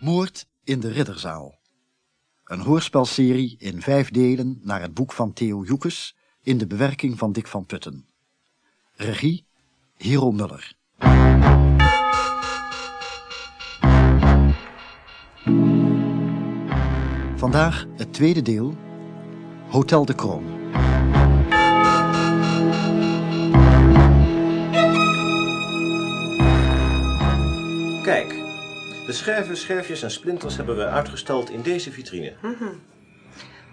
Moord in de Ridderzaal. Een hoorspelserie in vijf delen naar het boek van Theo Joekes in de bewerking van Dick van Putten. Regie Hero Muller. Vandaag het tweede deel, Hotel de Kroon. Kijk, de scherven, scherfjes en splinters hebben we uitgestald in deze vitrine. Mhm.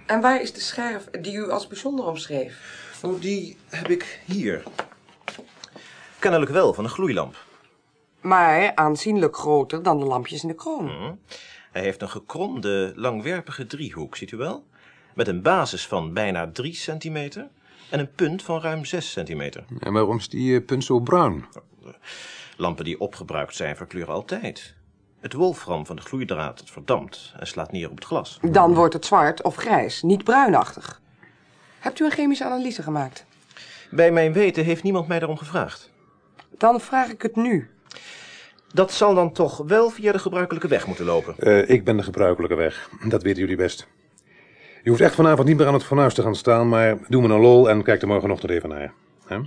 En waar is de scherf die u als bijzonder omschreef? Oh, die heb ik hier. Kennelijk wel, van een gloeilamp. Maar aanzienlijk groter dan de lampjes in de kroon. Hij heeft een gekromde, langwerpige driehoek, ziet u wel? Met een basis van bijna 3 centimeter en een punt van ruim 6 centimeter. En waarom is die eh, punt zo bruin? Lampen die opgebruikt zijn verkleuren altijd. Het wolfram van de gloeidraad het verdampt en slaat neer op het glas. Dan wordt het zwart of grijs, niet bruinachtig. Hebt u een chemische analyse gemaakt? Bij mijn weten heeft niemand mij daarom gevraagd. Dan vraag ik het nu. Dat zal dan toch wel via de gebruikelijke weg moeten lopen. Eh, ik ben de gebruikelijke weg. Dat weten jullie best. Je hoeft echt vanavond niet meer aan het fornuis te gaan staan, maar doe me een lol en kijk er morgenochtend even naar. Hè?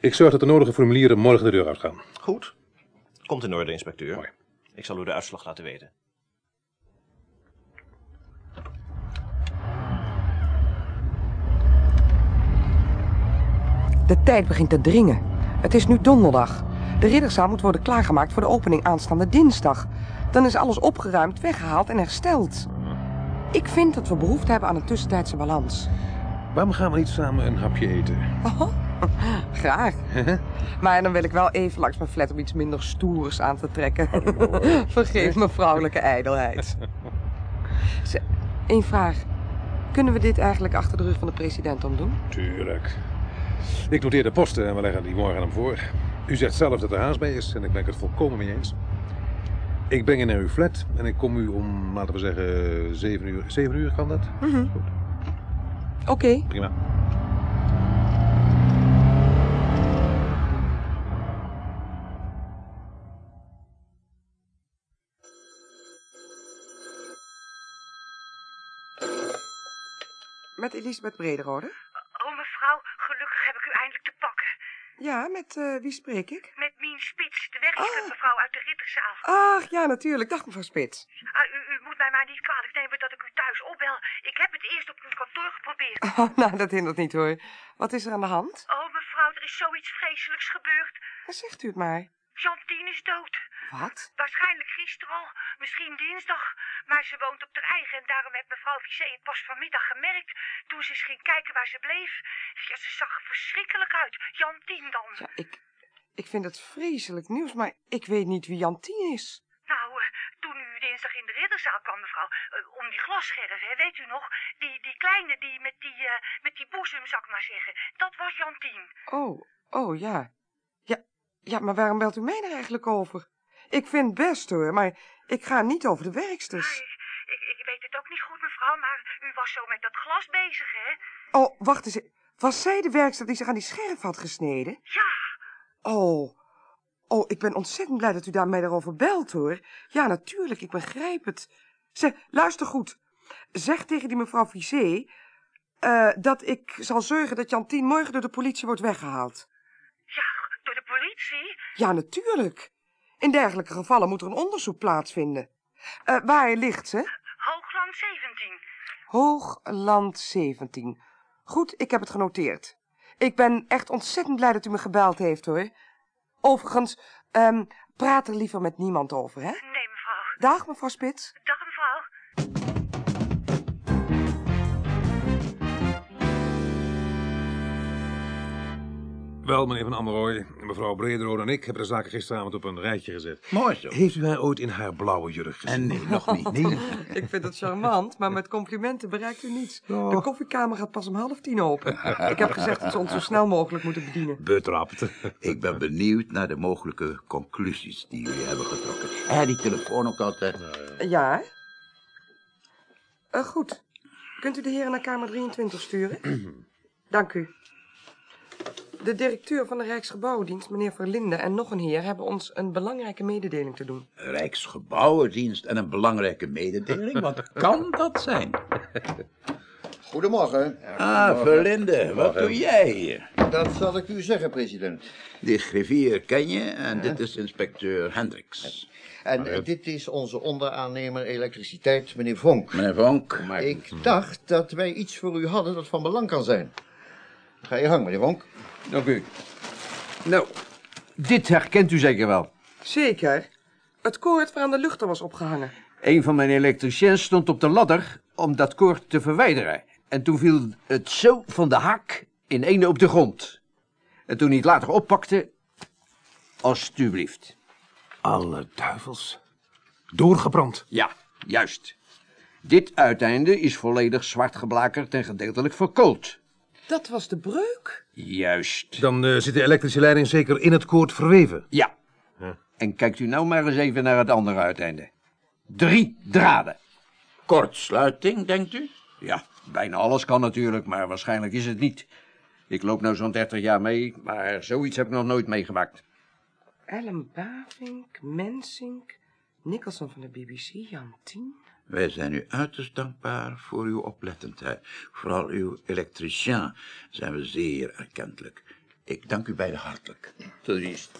Ik zorg dat de nodige formulieren morgen de deur uitgaan. Goed. Komt in orde, inspecteur. Mooi. Ik zal u de uitslag laten weten. De tijd begint te dringen. Het is nu donderdag. De ridderzaal moet worden klaargemaakt voor de opening aanstaande dinsdag. Dan is alles opgeruimd, weggehaald en hersteld. Ik vind dat we behoefte hebben aan een tussentijdse balans. Waarom gaan we niet samen een hapje eten? Oh, graag. Maar dan wil ik wel even langs mijn flat om iets minder stoers aan te trekken. Oh, Vergeef mijn vrouwelijke ijdelheid. Ze- Eén vraag. Kunnen we dit eigenlijk achter de rug van de president om doen? Tuurlijk. Ik noteer de posten en we leggen die morgen aan hem voor. U zegt zelf dat er haast bij is en ik ben het volkomen mee eens. Ik breng je naar uw flat en ik kom u om, laten we zeggen, 7 uur. 7 uur kan dat? Oké. Prima. Met Elisabeth Brederode? Oh, mevrouw, gelukkig heb ik u eindelijk te pakken. Ja, met eh, wie spreek ik? Met Mien Spits, de werkster, Ah. mevrouw uit de Ridderzaal. Ach, ja, natuurlijk. Dag, mevrouw Spits. Ah, u, u moet mij maar niet kwalijk nemen dat ik u thuis opbel. Ik heb het eerst op uw kantoor geprobeerd. Oh, nou, dat hindert niet hoor. Wat is er aan de hand? Oh, mevrouw, er is zoiets vreselijks gebeurd. Dan zegt u het maar. Chantine is dood. Wat? Waarschijnlijk gisteren al, misschien dinsdag. Maar ze woont op haar eigen en daarom heeft mevrouw Vissé het pas vanmiddag gemerkt. Toen ze eens ging kijken waar ze bleef. Ja, ze zag er verschrikkelijk uit. Jantine dan. Ja, ik, ik vind het vreselijk nieuws, maar ik weet niet wie Jantien is. Nou, eh, toen u dinsdag in de ridderzaal kwam, mevrouw, eh, om die glasscherf, hè, weet u nog? Die, die kleine, die met die, eh, met die boezem, zal ik maar zeggen. Dat was Jantien. Oh, oh ja. ja. Ja, maar waarom belt u mij daar eigenlijk over? Ik vind het best hoor, maar ik ga niet over de werksters. Ik, ik, ik weet het ook niet goed, mevrouw, maar u was zo met dat glas bezig, hè? Oh, wacht eens. Was zij de werkster die zich aan die scherf had gesneden? Ja, Oh. Oh, ik ben ontzettend blij dat u daar mij daarover belt hoor. Ja, natuurlijk, ik begrijp het. Zeg, luister goed. Zeg tegen die mevrouw Vissé eh, dat ik zal zorgen dat Jantien morgen door de politie wordt weggehaald. ja, door de politie. Ja, natuurlijk. In dergelijke gevallen moet er een onderzoek plaatsvinden. Eh, waar ligt ze? Hoogland 17. Hoogland 17. Goed, ik heb het genoteerd. Ik ben echt ontzettend blij dat u me gebeld heeft, hoor. Overigens, ehm, praat er liever met niemand over, hè? Nee, mevrouw. Dag, mevrouw Spits. Dag, mevrouw. Wel, meneer Van Ammeroy, mevrouw Brederode en ik hebben de zaken gisteravond op een rijtje gezet. Mooi zo. Heeft u haar ooit in haar blauwe jurk gezien? En nee, nog niet. Nee. Ik vind het charmant, maar met complimenten bereikt u niets. De koffiekamer gaat pas om half tien open. Ik heb gezegd dat ze ons zo snel mogelijk moeten bedienen. Betrapt. Ik ben benieuwd naar de mogelijke conclusies die jullie hebben getrokken. En die telefoon ook altijd. Ja. Eh, goed. Kunt u de heren naar kamer 23 sturen? Dank u. De directeur van de Rijksgebouwdienst, meneer Verlinde, en nog een heer hebben ons een belangrijke mededeling te doen. Rijksgebouwendienst en een belangrijke mededeling. Wat kan dat zijn? Goedemorgen. Ah, Verlinde, wat doe jij hier? Dat zal ik u zeggen, president. De griffier ken je en dit is inspecteur Hendricks. En eh, dit is onze onderaannemer elektriciteit, meneer Vonk. Meneer Vonk, Ik dacht dat wij iets voor u hadden dat van belang kan zijn. Ga je gang, meneer Vonk. Dank u. Nou, dit herkent u zeker wel. Zeker. Het koord waaraan de luchter was opgehangen. Een van mijn elektriciens stond op de ladder om dat koord te verwijderen. En toen viel het zo van de haak in ene op de grond. En toen hij het later oppakte, alstublieft. Alle duivels. Doorgebrand. Ja, juist. Dit uiteinde is volledig zwart geblakerd en gedeeltelijk verkoold. Dat was de breuk. Juist. Dan eh, zit de elektrische leiding zeker in het koord verweven. Ja. En kijkt u nou maar eens even naar het andere uiteinde. Drie draden. kortsluiting, denkt u? Ja, bijna alles kan natuurlijk, maar waarschijnlijk is het niet. Ik loop nou zo'n 30 jaar mee, maar zoiets heb ik nog nooit meegemaakt. Ellen Bavink, Mensink, Nicholson van de BBC, Jan Tien. Wij zijn u uiterst dankbaar voor uw oplettendheid. Vooral uw elektricien zijn we zeer erkentelijk. Ik dank u beiden hartelijk. Tot ziens.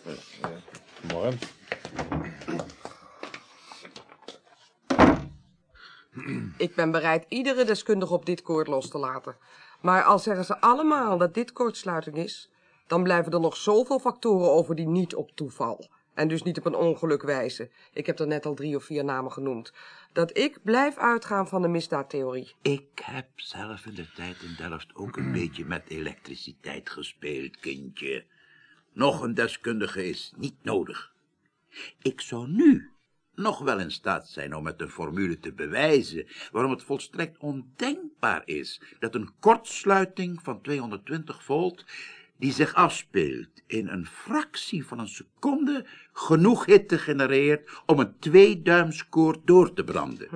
Ik ben bereid iedere deskundige op dit koord los te laten. Maar al zeggen ze allemaal dat dit koordsluiting is, dan blijven er nog zoveel factoren over die niet op toeval en dus niet op een ongeluk wijzen. Ik heb er net al drie of vier namen genoemd. Dat ik blijf uitgaan van de misdaadtheorie. Ik heb zelf in de tijd in Delft ook een beetje met elektriciteit gespeeld, kindje. Nog een deskundige is niet nodig. Ik zou nu nog wel in staat zijn om met een formule te bewijzen waarom het volstrekt ondenkbaar is dat een kortsluiting van 220 volt, die zich afspeelt in een fractie van een seconde, genoeg hitte genereert om een tweeduimskoord door te branden.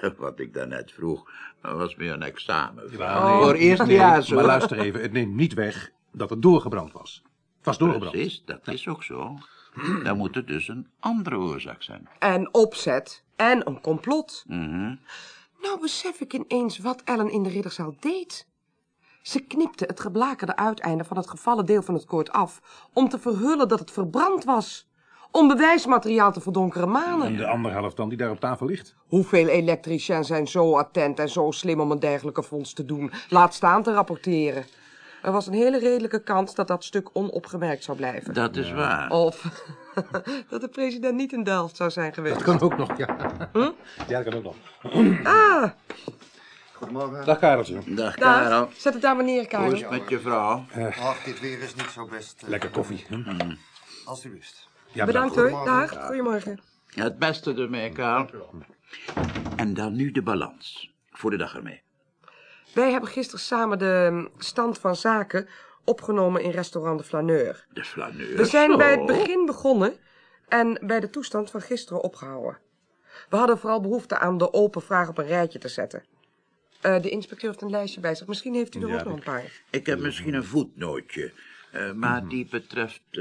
Hm. Wat ik daarnet vroeg, was meer een examen. Voor eerste jaar zo. Maar luister even, het neemt niet weg dat het doorgebrand was. Het was doorgebrand. Precies, dat is ook zo. Dan moet het dus een andere oorzaak zijn. Mhm. En opzet. En een complot. Nou besef ik ineens wat Ellen in de ridderzaal deed. Ze knipte het geblakerde uiteinde van het gevallen deel van het koord af... om te verhullen dat het verbrand was. Om bewijsmateriaal te verdonkeren manen. En de andere helft dan die daar op tafel ligt. Hoeveel elektriciens zijn zo attent en zo slim om een dergelijke fonds te doen? Laat staan te rapporteren. Er was een hele redelijke kans dat dat stuk onopgemerkt zou blijven. Dat is waar. Of dat de president niet in Delft zou zijn geweest. Kan ook nog, ja. Ja, dat kan ook nog. Ah, Goedemorgen. Dag Kareltje. Dag, daar. Karel. Zet het daar maar neer, Hoe Karel. is het met je vrouw? Eh, Mhm. Ach, dit weer is niet zo best. eh, Lekker koffie. hè? Als u wist. Ja, Bedankt hoor. Dag. Goedemorgen. Het beste ermee, Karel. En dan nu de balans. Voor de dag ermee. Wij hebben gisteren samen de mm, stand van zaken opgenomen in restaurant De Flaneur. De flaneur. We zijn zo. bij het begin begonnen en bij de toestand van gisteren opgehouden. We hadden vooral behoefte aan de open vraag op een rijtje te zetten. Eh, de inspecteur heeft een lijstje bij zich. Misschien heeft u er ook nog een paar. Ik heb misschien een voetnootje. eh, maar die betreft eh,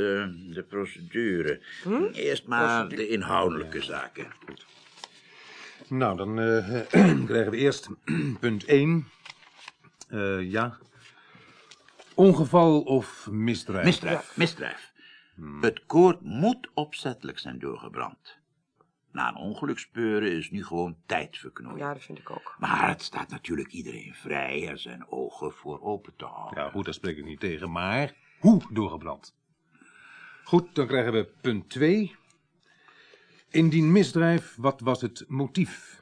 de procedure. Hm? Eerst maar de inhoudelijke zaken. Nou, dan eh, krijgen we eerst punt 1. Eh, ja. Ongeval of misdrijf? Misdrijf, misdrijf. Het koord moet opzettelijk zijn doorgebrand. Na een ongeluk speuren is nu gewoon tijd verknooien. Ja, dat vind ik ook. Maar het staat natuurlijk iedereen vrij er zijn ogen voor open te houden. Ja, goed, daar spreek ik niet tegen. Maar hoe doorgebrand? Goed, dan krijgen we punt 2. Indien misdrijf, wat was het motief?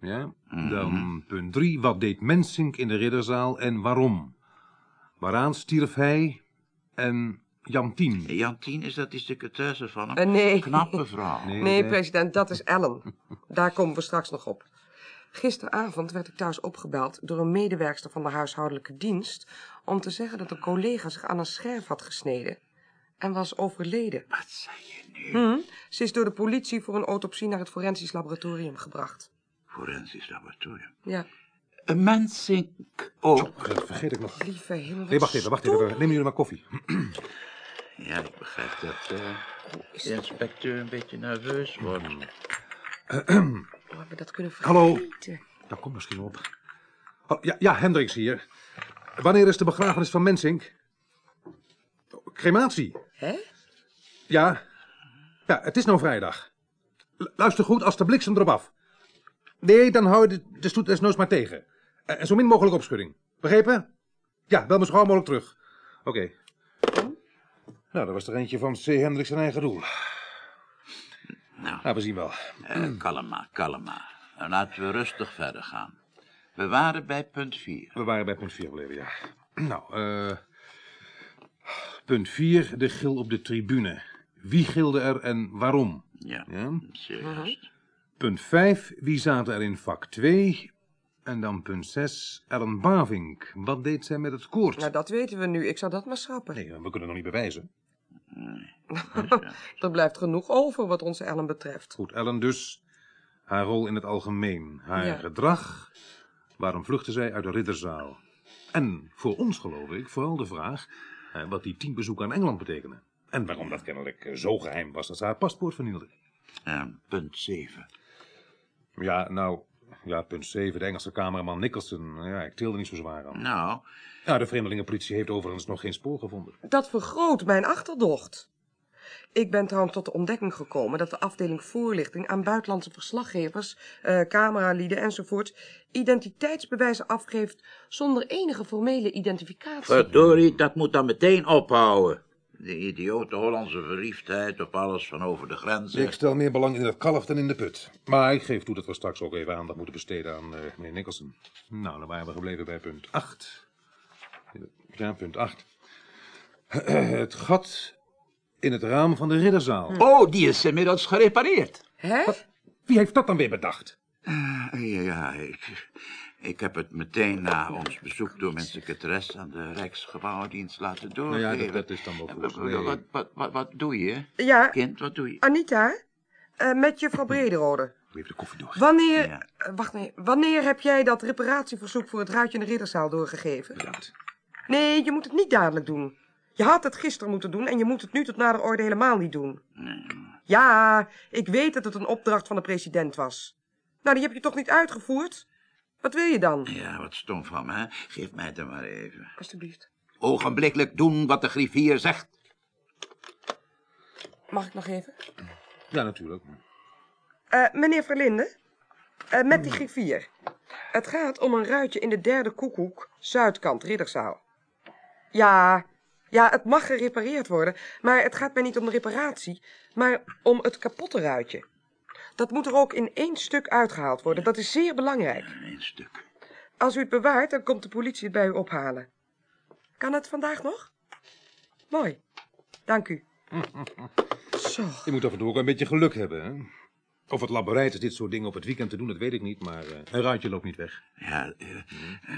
Ja, dan punt 3. Wat deed Mensink in de ridderzaal en waarom? Waaraan stierf hij en Jantien? Jantien, is dat die secretaresse van hem? Eh, nee. Knappe vrouw. Nee, president, dat is Ellen. Daar komen we straks nog op. Gisteravond werd ik thuis opgebeld door een medewerkster van de huishoudelijke dienst om te zeggen dat een collega zich aan een scherf had gesneden en was overleden. Wat zei je nu? Ze is door de politie voor een autopsie naar het forensisch laboratorium gebracht. Forensisch laboratorium. Ja. Een mens zinkt ook. Dat vergeet ik nog. Lieve hemel. Oh. Nee, wacht even, wacht even. Neem jullie maar koffie. Ja, ik begrijp dat eh, Mm, de inspecteur een beetje nerveus wordt. Hoe hebben we dat kunnen Hallo. vergeten? Dat komt misschien wel op. Oh, ja, ja, Hendricks hier. Wanneer is de begrafenis van Mensink? Oh, Crematie. Hè? Ja. Ja, het is nou vrijdag. Lu- luister goed als de bliksem erop af. Nee, dan hou je de, de stoet desnoods maar tegen. Eh, En, en zo min mogelijk opschudding. Begrepen? Ja, bel me zo gauw mogelijk terug. Oké. Nou, dat was er eentje van C. Hendricks zijn eigen doel. Nou, Nou, we zien wel. eh, kalm maar, kalm maar. En laten we rustig verder gaan. We waren bij punt 4. We waren bij punt 4 gebleven, ja. Nou, eh punt 4, de gil op de tribune. Wie gilde er en waarom? Ja, Ja. serieus. Punt 5, wie zaten er in vak 2? En dan punt 6, Ellen Bavink. Wat deed zij met het koord? Nou, dat weten we nu. Ik zou dat maar schrappen. Nee, we kunnen het nog niet bewijzen. Er blijft genoeg over wat onze Ellen betreft. Goed, Ellen dus. Haar rol in het algemeen. Haar Ja. gedrag. Waarom vluchtte zij uit de ridderzaal? En voor ons geloof ik vooral de vraag eh, wat die tien bezoeken aan Engeland betekenen. En waarom dat kennelijk eh, zo geheim was dat ze haar paspoort vernielde. En punt 7. Ja, nou, ja, punt 7, de Engelse cameraman Nicholson. Ja, ik tilde niet zo zwaar aan. Nou, Ja, de vreemdelingenpolitie heeft overigens nog geen spoor gevonden. Dat vergroot mijn achterdocht. Ik ben trouwens tot de ontdekking gekomen dat de afdeling voorlichting aan buitenlandse verslaggevers, eh, cameralieden enzovoort identiteitsbewijzen afgeeft zonder enige formele identificatie. Verdorie, dat moet dan meteen ophouden. De idiote Hollandse verliefdheid op alles van over de grenzen. Ik stel meer belang in het kalf dan in de put. Maar ik geef toe dat we straks ook even aandacht moeten besteden aan eh meneer Nicholson. Nou, dan waren we gebleven bij punt 8. Ja, punt 8. het gat in het raam van de ridderzaal. Oh, die is inmiddels gerepareerd. Hè? Wie heeft dat dan weer bedacht? Ah, Ja, ja, ik, ik heb het meteen na ons bezoek door mijn secretaris aan de Rijksgebouwdienst laten doorgeven. Nou ja, dat- dat is dan wel En goed. wa- wa- Wat, wat, wat, wat doe je? Ja, Kind, wat doe je? Anita, eh, met juffrouw Brederode. Wie heeft de koffie door? Wanneer, Ja. eh, wacht nee, wanneer heb jij dat reparatieverzoek voor het ruitje in de ridderzaal doorgegeven? Bedankt. Nee, je moet het niet dadelijk doen. Je had het gisteren moeten doen en je moet het nu tot nader orde helemaal niet doen. Mm, Ja, ik weet dat het een opdracht van de president was. Nou, die heb je toch niet uitgevoerd? Wat wil je dan? Ja, wat stom van me, hè? Geef mij het maar even. Alsjeblieft. Ogenblikkelijk doen wat de griffier zegt. Mag ik nog even? Ja, natuurlijk. Eh, meneer Verlinde, eh, met Hmm. die griffier. Het gaat om een ruitje in de derde koekoek, zuidkant, Ridderzaal. Ja, ja, het mag gerepareerd worden, maar het gaat mij niet om de reparatie, maar om het kapotte ruitje. Dat moet er ook in één stuk uitgehaald worden, dat is zeer belangrijk. Eén stuk. Als u het bewaart, dan komt de politie het bij u ophalen. Kan het vandaag nog? Mooi, dank u. Zo. Je moet af en toe ook een beetje geluk hebben, hè? Of het laboreid is dit soort dingen op het weekend te doen, dat weet ik niet, maar eh, een ruitje loopt niet weg. Ja, eh, eh,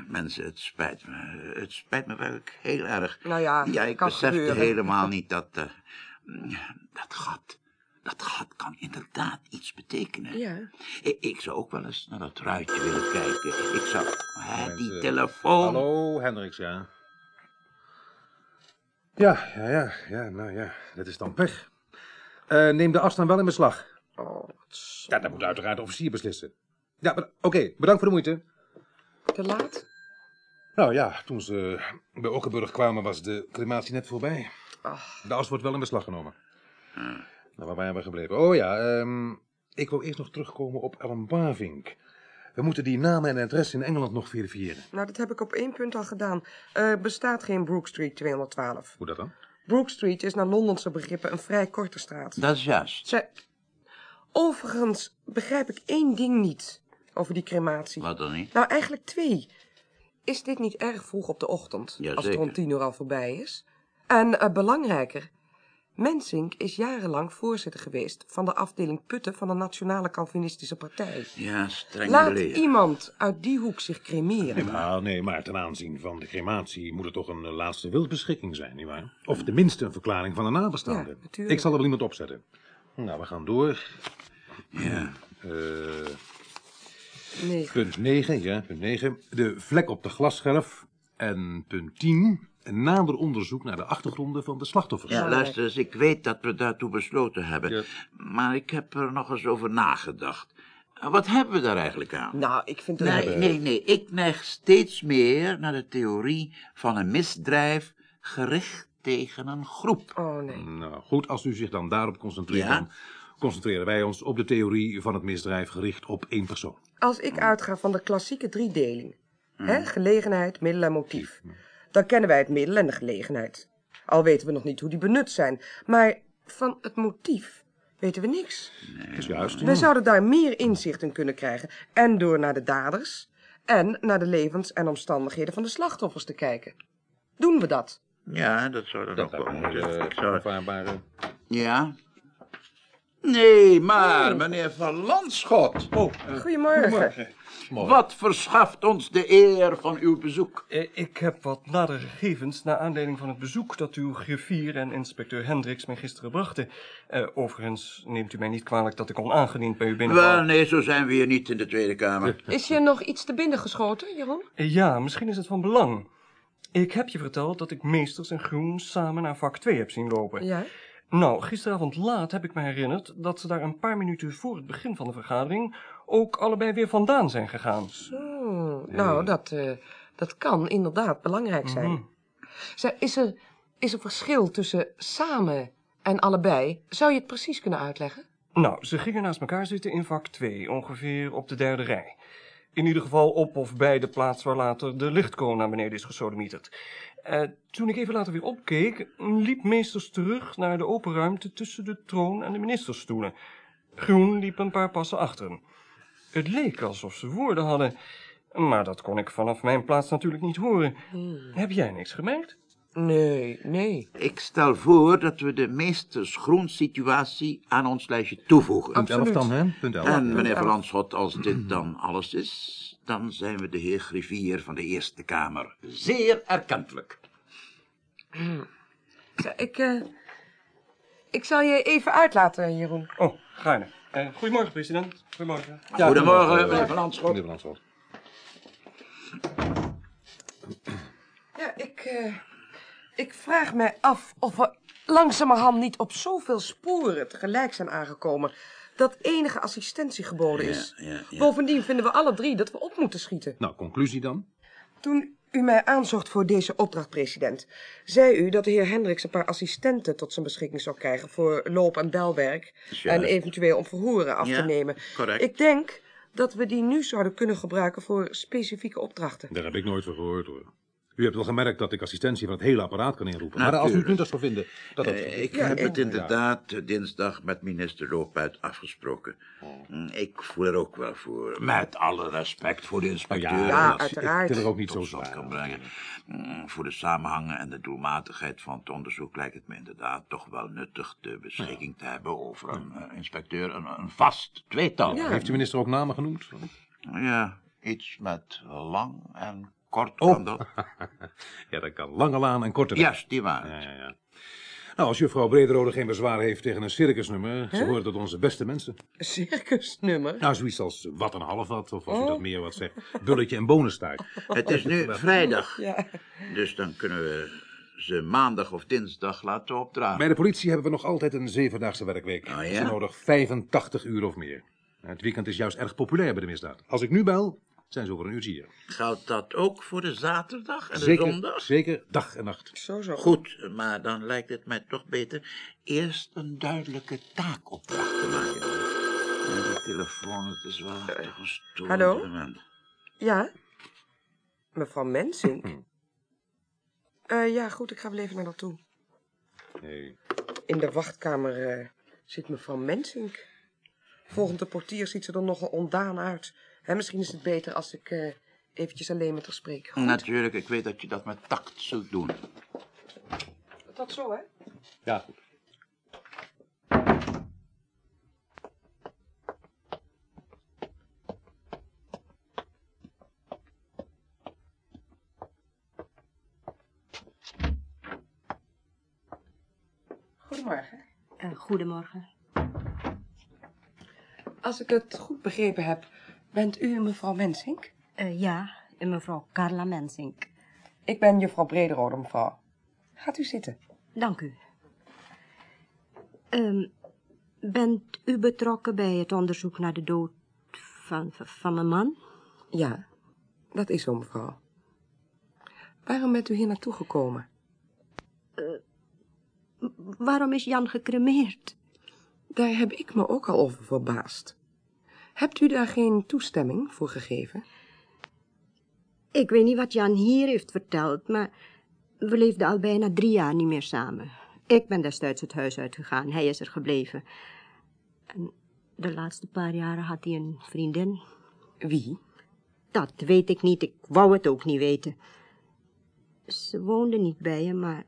mensen, het spijt me. Eh, Het spijt me werkelijk heel erg. Nou ja, Ja, ik kan besefte gebeuren. helemaal niet dat... eh, mm, dat gat... Dat gat kan inderdaad iets betekenen. Ja. I- Ik zou ook wel eens naar dat ruitje willen kijken. Ik zou... Hè, die Mensen, telefoon... eh, Hallo, Hendricks, ja. Ja, ja, ja, ja, nou ja, dat is dan pech. Eh, neem de afstand wel in beslag. Oh, wat Ja, dat moet uiteraard de officier beslissen. Ja, beda- oké, bedankt voor de moeite. te laat. Nou ja, toen ze bij Okkenburg kwamen was de crematie net voorbij. Ah. De as wordt wel in beslag genomen. Nou, waar waren we gebleven? Oh ja, ehm, ik wil eerst nog terugkomen op Ellen Bavink. We moeten die namen en adres in Engeland nog verifiëren. Nou, dat heb ik op één punt al gedaan. Er bestaat geen Brook Street 212. Hoe dat dan? Brook Street is naar Londense begrippen een vrij korte straat. Dat is juist. Zij... Overigens begrijp ik één ding niet over die crematie. Wat dan niet? Nou, eigenlijk twee. Is dit niet erg vroeg op de ochtend? Jazeker. als het rond tien uur al voorbij is. En eh, belangrijker, Mensink is jarenlang voorzitter geweest van de afdeling Putten van de Nationale Calvinistische Partij. Ja, streng Laat beleefd. iemand uit die hoek zich cremeren. Nou, nee, maar ten aanzien van de crematie moet het toch een eh, laatste wilsbeschikking zijn, nietwaar? Of tenminste een verklaring van de nabestaanden. Ja, natuurlijk. ik zal er wel iemand opzetten. Nou, we gaan door. Ja. Eh, Nee. Punt 9, ja, punt 9. De vlek op de glasschelf. En punt 10, een nader onderzoek naar de achtergronden van de slachtoffers. Ja, luister eens, ik weet dat we daartoe besloten hebben. Maar ik heb er nog eens over nagedacht. Wat hebben we daar eigenlijk aan? Nou, ik vind het... Nee, nee, nee. Ik neig steeds meer naar de theorie van een misdrijf gericht tegen een groep. Oh, nee. Nou, goed, als u zich dan daarop concentreert, Ja. dan concentreren wij ons op de theorie van het misdrijf gericht op één persoon. Als ik uitga van de klassieke driedeling, hè, gelegenheid, middel en motief, dan kennen wij het middel en de gelegenheid. Al weten we nog niet hoe die benut zijn, maar van het motief weten we niks. Dat is juist. Wij zouden daar meer inzicht in kunnen krijgen en door naar de daders en naar de levens en omstandigheden van de slachtoffers te kijken. Doen we dat? Ja, dat zou dan Dat ook wel lijkt me een moeten. hele Dat zou- aanvaardbare- Ja. Nee, Oh. maar meneer Van Landschot, Eh, Goedemorgen. wat verschaft ons de eer van uw bezoek? Eh, Ik heb wat nadere gegevens naar aanleiding van het bezoek dat uw griffier en inspecteur Hendricks mij gisteren brachten. Eh, overigens neemt u mij niet kwalijk dat ik onaangenaam bij u binnenkwam. Wel, nee, zo zijn we hier niet in de Tweede Kamer. Is je nog iets te binnen geschoten, Jeroen? Eh, Ja, misschien is het van belang. Ik heb je verteld dat ik meesters en groen samen naar vak 2 heb zien lopen. Ja. Nou, gisteravond laat heb ik me herinnerd dat ze daar een paar minuten voor het begin van de vergadering ook allebei weer vandaan zijn gegaan. Oh, nou, dat, eh, dat kan inderdaad belangrijk zijn. Mhm. Zeg, is, er, is er verschil tussen samen en allebei? Zou je het precies kunnen uitleggen? Nou, ze gingen naast elkaar zitten in vak 2, ongeveer op de derde rij. In ieder geval op of bij de plaats waar later de lichtkool naar beneden is gesodemieterd. Eh, toen ik even later weer opkeek, liep meesters terug naar de open ruimte tussen de troon en de ministersstoelen. Groen liep een paar passen achter hem. Het leek alsof ze woorden hadden, maar dat kon ik vanaf mijn plaats natuurlijk niet horen. Heb jij niks gemerkt? Hmm. Nee, nee. Ik stel voor dat we de meestersgroen situatie aan ons lijstje toevoegen. Punt 11 dan, hè? Punt 11. En meneer Van Landschot, als dit dan alles is, dan zijn we de heer Griffier van de Eerste Kamer zeer erkentelijk. Zeg, ik, eh, ik zal je even uitlaten, Jeroen. Oh, ga je. nou. Eh, goedemorgen, president. eh, Goedemorgen. Goedemorgen, meneer Van Landschot. Meneer Van Landschot. Ja, ik, eh, ik vraag mij af of we langzamerhand niet op zoveel sporen tegelijk zijn aangekomen dat enige assistentie geboden is. ja, ja. Bovendien vinden we alle drie dat we op moeten schieten. Nou, conclusie dan? Toen u mij aanzocht voor deze opdracht, president, zei u dat de heer Hendricks een paar assistenten tot zijn beschikking zou krijgen voor loop- en belwerk en eventueel om verhoren af te Ja, nemen. correct. Ik denk dat we die nu zouden kunnen gebruiken voor specifieke opdrachten. Daar heb ik nooit van gehoord, hoor. U hebt wel gemerkt dat ik assistentie van het hele apparaat kan inroepen. Maar als u het Natuurlijk. nuttig zou vinden, dat dat... Eh, Ik heb het inderdaad eh, dinsdag met minister Loopuit afgesproken. Mm, Ik voel er ook wel voor. Oh Met alle respect voor de inspecteur. Ja, Ja, dat Ik wil er uiteraard. ook niet zo tot stand zwaar. kan brengen. Mm, Voor de samenhangen en de doelmatigheid van het onderzoek lijkt het me inderdaad toch wel nuttig de beschikking te hebben over een eh, inspecteur, een, een vast tweetal. Ja. Heeft de minister ook namen genoemd? Ja, iets met lang en kort Oh. kan dat. Ja, dat kan. Lange laan en korte Juist, die waren Ja, het. ja, ja. Nou, als juffrouw Brederode geen bezwaar heeft tegen een circusnummer, ze hoort tot onze beste mensen. Circusnummer. Oh. Nou, zoiets als wat een half wat, of als u dat meer wat zegt, bulletje en bonenstaart. Het is nu vrijdag, Ja. dus dan kunnen we ze maandag of dinsdag laten Ah. opdragen. Bij de politie hebben we nog altijd een zevendaagse werkweek. Oh, ja? Ze nodig 85 uur of meer. Het weekend is juist erg populair bij de misdaad. Als ik nu bel, zijn ze over een uurtje hier. Geldt dat ook voor de zaterdag en de Zeker, zondag? zeker dag en nacht. Zo, zo. Goed, maar dan lijkt het mij toch beter eerst een duidelijke taakopdracht te maken. Ja, die telefoon, het is wel toch een stoel. hallo? Ja? Mevrouw Mensink? Hm. Eh, ja, goed, ik ga wel even naar naartoe. Nee. In de wachtkamer eh, zit mevrouw Mensink. Volgens de portier ziet ze er nogal ondaan uit. Hè, misschien is het beter als ik eh, eventjes alleen met haar spreek. Goed, Natuurlijk, ik weet dat je dat met tact zult doen. dat zo, hè? Ja, goed. Goedemorgen. Eh, goedemorgen. Als ik het goed begrepen heb, Bent u mevrouw Mensink? Eh, ja, en mevrouw Carla Mensink. Ik ben juffrouw Brederode, mevrouw. Gaat u zitten. Dank u. Ehm, bent u betrokken bij het onderzoek naar de dood van, van, van mijn man? Ja, dat is zo, mevrouw. Waarom bent u hier naartoe gekomen? Waarom is Jan gecremeerd? Daar heb ik me ook al over verbaasd. Hebt u daar geen toestemming voor gegeven? Ik weet niet wat Jan hier heeft verteld, maar we leefden al bijna drie jaar niet meer samen. Ik ben destijds het huis uitgegaan, hij is er gebleven. En de laatste paar jaren had hij een vriendin. Wie? Dat weet ik niet, ik wou het ook niet weten. Ze woonde niet bij hem, maar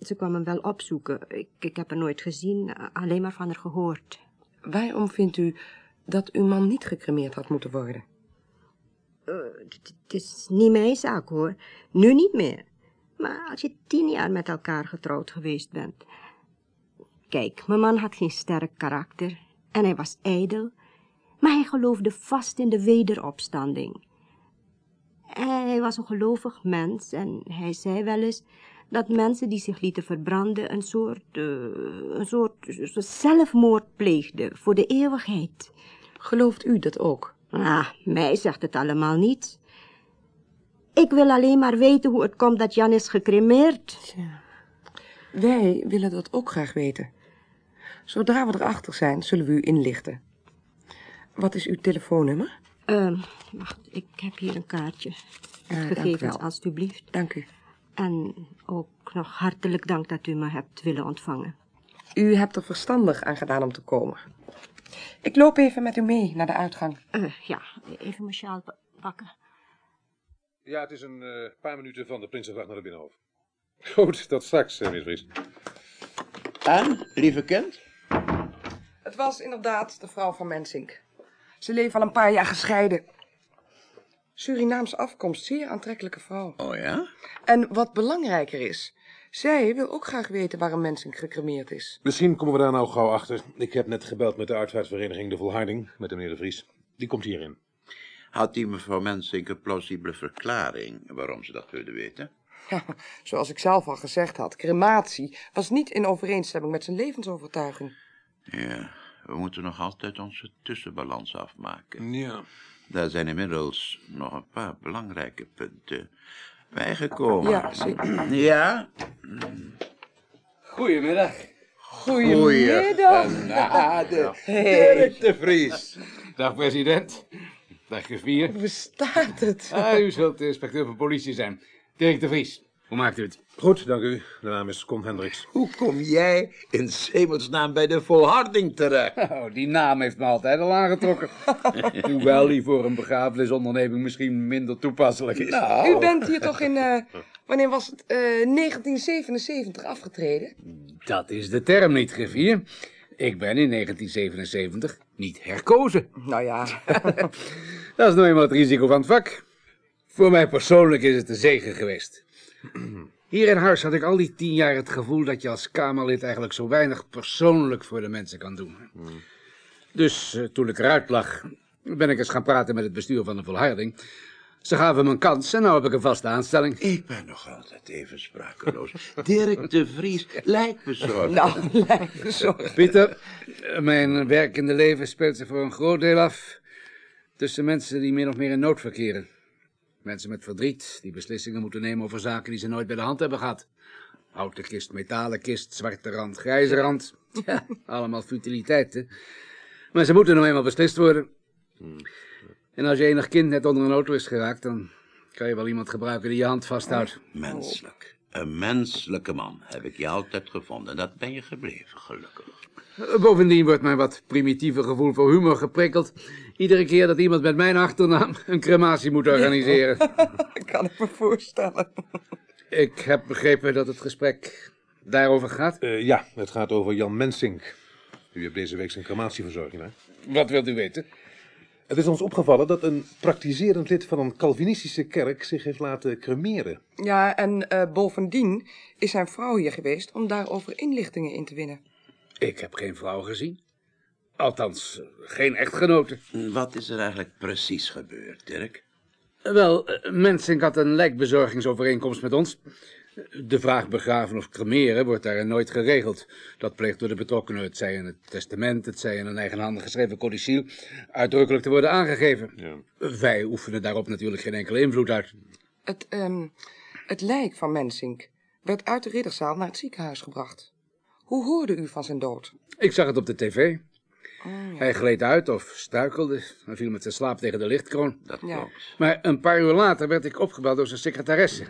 ze kwam hem wel opzoeken. Ik, ik heb haar nooit gezien, alleen maar van haar gehoord. Waarom vindt u dat uw man niet gecremeerd had moeten worden? Eh, Het het is niet mijn zaak hoor. Nu niet meer. Maar als je tien jaar met elkaar getrouwd geweest bent. Kijk, mijn man had geen sterk karakter en hij was ijdel. Maar hij geloofde vast in de wederopstanding. Hij was een gelovig mens en hij zei wel eens dat mensen die zich lieten verbranden een soort, eh, een soort zelfmoord pleegden voor de eeuwigheid. Gelooft u dat ook? Ah, mij zegt het allemaal niet. Ik wil alleen maar weten hoe het komt dat Jan is gecremeerd. Wij willen dat ook graag weten. Zodra we erachter zijn, zullen we u inlichten. Wat is uw telefoonnummer? Ehm, wacht, ik heb hier een kaartje. dank u Gegevens, wel. alstublieft. Dank u. En ook nog hartelijk dank dat u me hebt willen ontvangen. U hebt er verstandig aan gedaan om te komen. Ik loop even met u mee naar de uitgang. Eh, ja, even mijn sjaal pa- pakken. Ja, het is een eh, paar minuten van de Prinsengracht naar de Binnenhof. Goed, dat straks, eh, meneer Vries. En, lieve kind? Het was inderdaad de vrouw van Mensink. Ze leven al een paar jaar gescheiden. Surinaamse afkomst, zeer aantrekkelijke vrouw. Oh ja? En wat belangrijker is, zij wil ook graag weten waarom Mensink gecremeerd is. Misschien komen we daar nou gauw achter. Ik heb net gebeld met de uitvaartvereniging De Volharding, met de meneer De Vries. Die komt hierin. Had die mevrouw Mensink een plausibele verklaring waarom ze dat wilde weten? Ja, zoals ik zelf al gezegd had, crematie was niet in overeenstemming met zijn levensovertuiging. Ja, we moeten nog altijd onze tussenbalans afmaken. Ja. Daar zijn inmiddels nog een paar belangrijke punten bijgekomen. Ja, zeker. Ja? Goedemiddag. Genade. Dirk de Vries. Dag president. Dag gevier. Bestaat het? Ah, u zult de inspecteur van politie zijn. Dirk de Vries. Hoe maakt u het? Goed, dank u. De naam is Con Hendricks. Hoe kom jij in zemelsnaam bij de volharding terecht? Oh, die naam heeft me altijd al aangetrokken. Hoewel die voor een begrafenisonderneming misschien minder toepasselijk is. U bent hier toch in, eh, wanneer was het, Eh, 1977 afgetreden? Dat is de term niet, Gevier. Ik ben in 1977 niet herkozen. Nou ja. Dat is nou eenmaal het risico van het vak. Voor mij persoonlijk is het een zegen geweest. Hier in huis had ik al die tien jaar het gevoel dat je als Kamerlid eigenlijk zo weinig persoonlijk voor de mensen kan doen. Hmm. Dus eh, toen ik eruit lag, ben ik eens gaan praten met het bestuur van de volharding. Ze gaven me een kans en nu heb ik een vaste aanstelling. Ik ben nog altijd even sprakeloos. Dirk de Vries, lijkbezorger. Nou, Pieter, eh, mijn werkende leven speelt zich voor een groot deel af tussen mensen die meer of meer in nood verkeren. Mensen met verdriet die beslissingen moeten nemen over zaken die ze nooit bij de hand hebben gehad. Houten kist, metalen kist, zwarte rand, grijze rand. Ja, allemaal futiliteiten. Maar ze moeten nou eenmaal beslist worden. En als je enig kind net onder een auto is geraakt, dan kan je wel iemand gebruiken die je hand vasthoudt. Menselijk. Een menselijke man heb ik je altijd gevonden. En dat ben je gebleven, gelukkig. Eh, Bovendien wordt mijn wat primitieve gevoel voor humor geprikkeld. Iedere keer dat iemand met mijn achternaam een crematie moet organiseren. kan ik me voorstellen. Ik heb begrepen dat het gesprek daarover gaat. Eh, ja, het gaat over Jan Mensink. U hebt deze week zijn crematie verzorgd, hè? Wat wilt u weten? Het is ons opgevallen dat een praktiserend lid van een Calvinistische kerk zich heeft laten cremeren. Ja, en eh, bovendien is zijn vrouw hier geweest om daarover inlichtingen in te winnen. Ik heb geen vrouw gezien. Althans, eh, geen echtgenote. Wat is er eigenlijk precies gebeurd, Dirk? Wel, eh, Mensink had een lijkbezorgingsovereenkomst met ons. De vraag begraven of cremeren wordt daarin nooit geregeld. Dat pleegt door de betrokkenen, het zij in het testament, het zij in een eigenhandig geschreven codicil, uitdrukkelijk te worden aangegeven. Wij oefenen daarop natuurlijk geen enkele invloed uit. Het, ehm, het lijk van Mensink werd uit de ridderzaal naar het ziekenhuis gebracht. Hoe hoorde u van zijn dood? Ik zag het op de tv. Oh, ja. Hij gleed uit of struikelde en viel met zijn slaap tegen de lichtkroon. Dat Ja. Maar een paar uur later werd ik opgebeld door zijn secretaresse.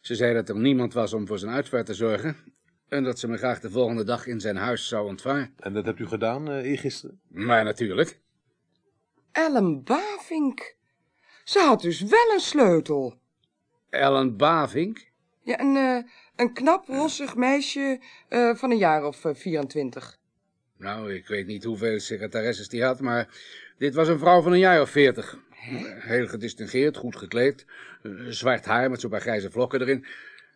Ze zei dat er niemand was om voor zijn uitvaart te zorgen. En dat ze me graag de volgende dag in zijn huis zou ontvangen. En dat hebt u gedaan eh eergisteren? Maar natuurlijk. Ellen Bavink. Ze had dus wel een sleutel. Ellen Bavink? Ja, een, eh, een knap, rossig meisje eh, van een jaar of eh, 24. Nou, ik weet niet hoeveel secretaresses die had, maar dit was een vrouw van een jaar of veertig. Heel gedistingeerd, goed gekleed, eh, zwart haar met zo'n paar grijze vlokken erin.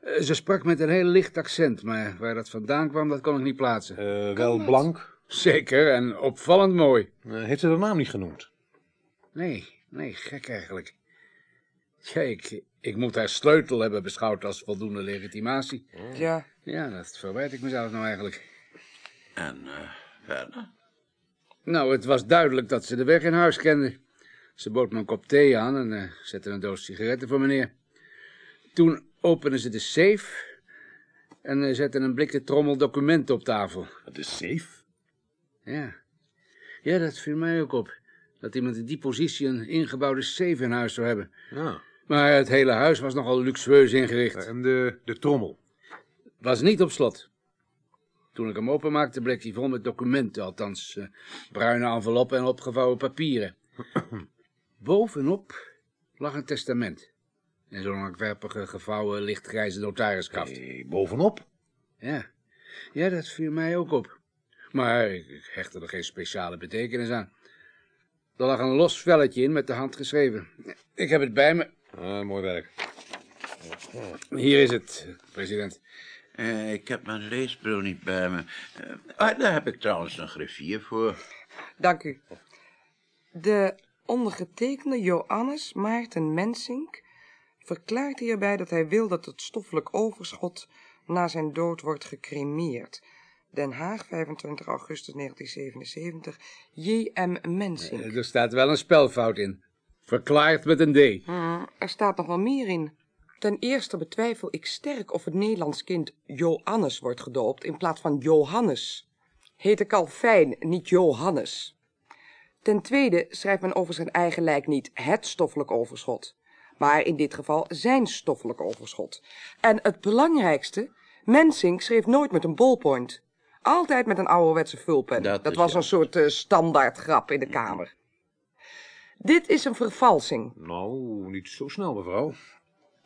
Eh, Ze sprak met een heel licht accent, maar waar dat vandaan kwam, dat kon ik niet plaatsen. Eh, wel dat? blank? Eh, Zeker, en opvallend mooi. heeft ze de naam niet genoemd? Nee, nee, gek eigenlijk. Ja, ik, ik moet haar sleutel hebben beschouwd als voldoende legitimatie. Oh. Ja. Ja, dat verwijt ik mezelf nou eigenlijk. En eh, verder? Nou, het was duidelijk dat ze de weg in huis kende. Ze bood me een kop thee aan en eh, zette een doos sigaretten voor meneer. Toen opende ze de safe en eh, zette een blikken trommel documenten op tafel. De safe? Ja. Ja, dat viel mij ook op. Dat iemand in die positie een ingebouwde safe in huis zou hebben. Ja. Ah. Maar het hele huis was nogal luxueus ingericht. En de, de trommel? Was niet op slot. Toen ik hem openmaakte, bleek hij vol met documenten, althans eh, bruine enveloppen en opgevouwen papieren. Bovenop lag een testament. In zo'n langwerpige, gevouwen, lichtgrijze notariskaft. bovenop? Ja. ja, dat viel mij ook op. Maar ik, ik hechtte er geen speciale betekenis aan. Er lag een los velletje in met de hand geschreven. Ik heb het bij me. Ah, mooi werk. Hier is het, president. Eh, ik heb mijn leesbril niet bij me. Eh, ah, daar heb ik trouwens een griffier voor. Dank u. De ondergetekende Johannes Maarten Mensink verklaart hierbij dat hij wil dat het stoffelijk overschot na zijn dood wordt gecremeerd. Den Haag, 25 augustus 1977, J.M. Mensink. Eh, Er staat wel een spelfout in. Verklaard met een D. Hmm, er staat nog wel meer in. Ten eerste betwijfel ik sterk of het Nederlands kind Johannes wordt gedoopt in plaats van Johannes. Heet de kalfijn niet Johannes. Ten tweede schrijft men over zijn eigen lijk niet het stoffelijk overschot, maar in dit geval zijn stoffelijk overschot. En het belangrijkste, Mensink schreef nooit met een ballpoint. Altijd met een ouderwetse vulpen. Dat, was een soort eh, standaard grap in de kamer. Dit is een vervalsing. Nou, niet zo snel, mevrouw.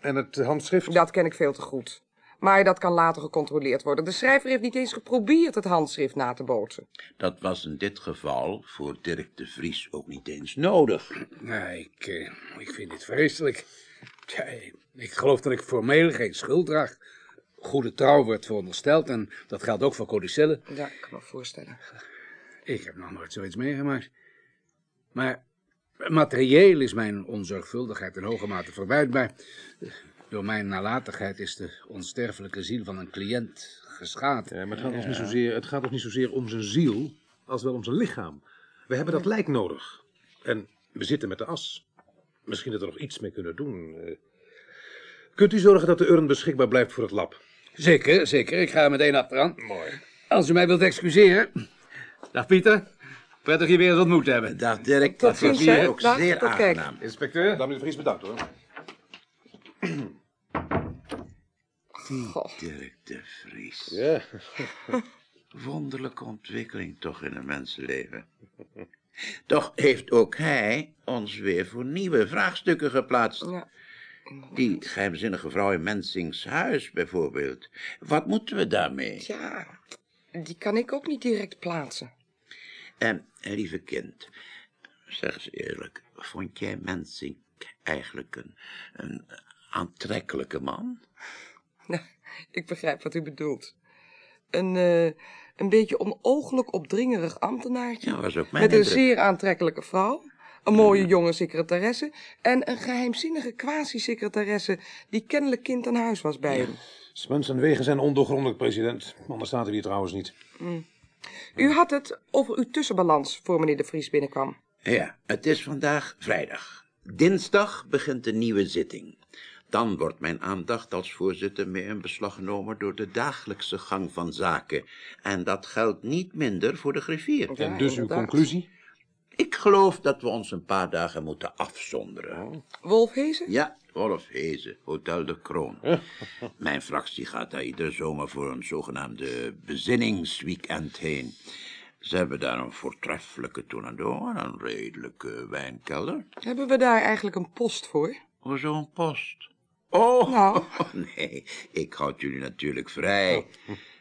En het handschrift? Dat ken ik veel te goed. Maar dat kan later gecontroleerd worden. De schrijver heeft niet eens geprobeerd het handschrift na te bootsen. Dat was in dit geval voor Dirk de Vries ook niet eens nodig. Nee, ik, eh, ik vind dit vreselijk. Tja, ik geloof dat ik formeel geen schuld draag. Goede trouw wordt verondersteld en dat geldt ook voor codicillen. Ja, ik kan me voorstellen. Ik heb nog nooit zoiets meegemaakt. Maar materieel is mijn onzorgvuldigheid in hoge mate verwijtbaar. Door mijn nalatigheid is de onsterfelijke ziel van een cliënt geschaad. Ja, maar het gaat, Ons niet zozeer, het gaat ons niet zozeer om zijn ziel, als wel om zijn lichaam. We hebben dat lijk nodig. En we zitten met de as. Misschien dat we er nog iets mee kunnen doen. Eh, Kunt u zorgen dat de urn beschikbaar blijft voor het lab? Zeker, zeker. Ik ga er meteen achteraan. Mooi. Als u mij wilt excuseren. Dag Pieter. Prettig je weer eens ontmoet te hebben. Dag Dirk. Tot Dat was ziens, hier hè. ook Dag, zeer tot kijk. aangenaam. Inspecteur? Dame de Vries, bedankt hoor. Die Dirk de Vries. Ja. Wonderlijke ontwikkeling toch in een mensenleven. Toch heeft ook hij ons weer voor nieuwe vraagstukken geplaatst. Die geheimzinnige vrouw in Mensings huis bijvoorbeeld. Wat moeten we daarmee? Ja, die kan ik ook niet direct plaatsen. En lieve kind, zeg eens eerlijk, vond jij Mensink eigenlijk een, een aantrekkelijke man? Ik begrijp wat u bedoelt. een, eh, een beetje onooglijk opdringerig ambtenaartje. Ja, was ook mijn Met een indruk. zeer aantrekkelijke vrouw. Een mooie jonge secretaresse. En een geheimzinnige quasi-secretaresse die kennelijk kind aan huis was bij hem. Smuns en wegen zijn ondoorgrondelijk, president. Anders staat hij hier trouwens niet. Mm. U had het over uw tussenbalans voor meneer de Vries binnenkwam. Ja, het is vandaag vrijdag. Dinsdag begint de nieuwe zitting. Dan wordt mijn aandacht als voorzitter meer in beslag genomen door de dagelijkse gang van zaken. En dat geldt niet minder voor de griffier. En Ja, dus uw inderdaad. conclusie? Ik geloof dat we ons een paar dagen moeten Oh. afzonderen. Wolf Hezen? Ja, Wolf Hezen, Hotel de Kroon. Mijn fractie gaat daar iedere zomer voor een zogenaamde bezinningsweekend heen. Ze hebben daar een voortreffelijke tornado en een redelijke wijnkelder. Hebben we daar eigenlijk een post voor? Nou, Hoezo een post? Oh! Nee, ik houd jullie natuurlijk vrij.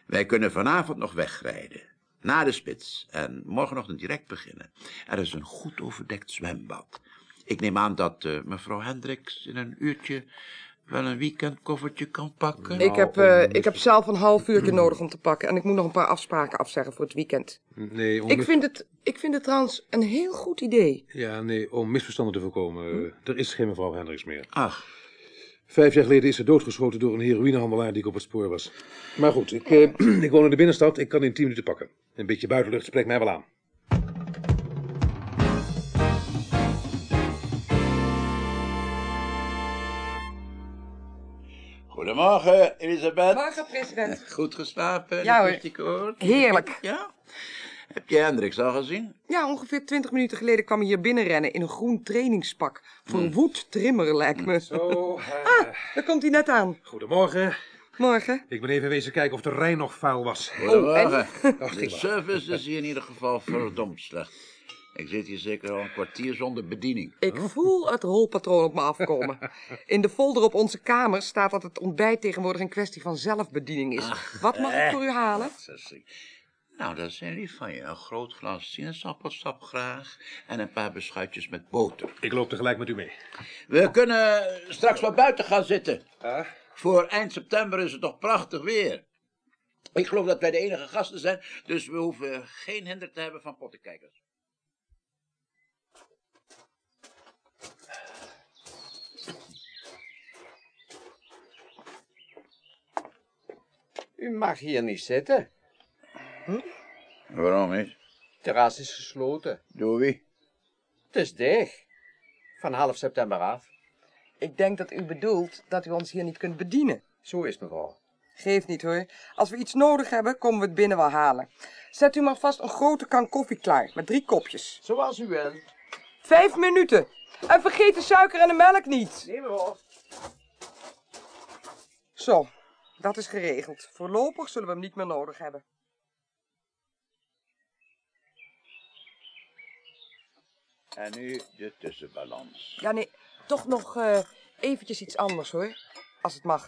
Wij kunnen vanavond nog wegrijden. Na de spits. En morgenochtend direct beginnen. Er is een goed overdekt zwembad. Ik neem aan dat eh, mevrouw Hendricks in een uurtje wel een weekendkoffertje kan pakken. ik, heb, eh, ik heb zelf een half uurtje nodig om te pakken. En ik moet nog een paar afspraken afzeggen voor het weekend. Nee, om Ik vind, het, ik vind het trouwens een heel goed idee. Ja, nee, om misverstanden te voorkomen. Hm? eh, Er is geen mevrouw Hendricks meer. Ah. Ach. Vijf jaar geleden is ze doodgeschoten door een heroïnehandelaar die ik op het spoor was. Maar goed, ik, eh, ik woon in de binnenstad. Ik kan in tien minuten pakken. Een beetje buitenlucht spreekt mij wel aan. Goedemorgen, Elisabeth. Eh, Morgen, president. Goed geslapen? Ja, hoor. hoor. Heerlijk. Ja? Heb je Hendricks al gezien? Ja, ongeveer twintig minuten geleden kwam hij hier binnenrennen in een groen trainingspak. Verwoed trimmer, lijkt me. Zo, Ah, daar komt hij net aan. Goedemorgen. Morgen. Ik ben even wezen kijken of de Rijn nog vuil was. Goedemorgen. Ach, de service is hier in ieder geval verdomd slecht. Ik zit hier zeker al een kwartier zonder bediening. Ik voel het rolpatroon op me afkomen. In de folder op onze kamer staat dat het ontbijt tegenwoordig een kwestie van zelfbediening is. Wat mag ik eh. voor u halen? Nou, dat zijn lief van je. Een groot glas sinaasappelsap graag en een paar beschuitjes met boter. Ik loop tegelijk met u mee. We kunnen straks wat buiten gaan zitten. Voor eind september is het nog prachtig weer. Ik geloof dat wij de enige gasten zijn, dus we hoeven geen hinder te hebben van pottenkijkers. U mag hier niet zitten. Waarom niet? Terras is gesloten. Door wie? Het is dicht. Van half september af. Ik denk dat u bedoelt dat u ons hier niet kunt bedienen. Zo is het, mevrouw. Geeft niet hoor. Als we iets nodig hebben, komen we het binnen wel halen. Zet u maar vast een grote kan koffie klaar, met drie kopjes. Zoals u wilt. Vijf minuten. En vergeet de suiker en de melk niet. Nee, mevrouw. Zo, dat is geregeld. Voorlopig zullen we hem niet meer nodig hebben. En nu de tussenbalans. Ja, nee, toch nog eh, eventjes iets anders hoor, als het mag.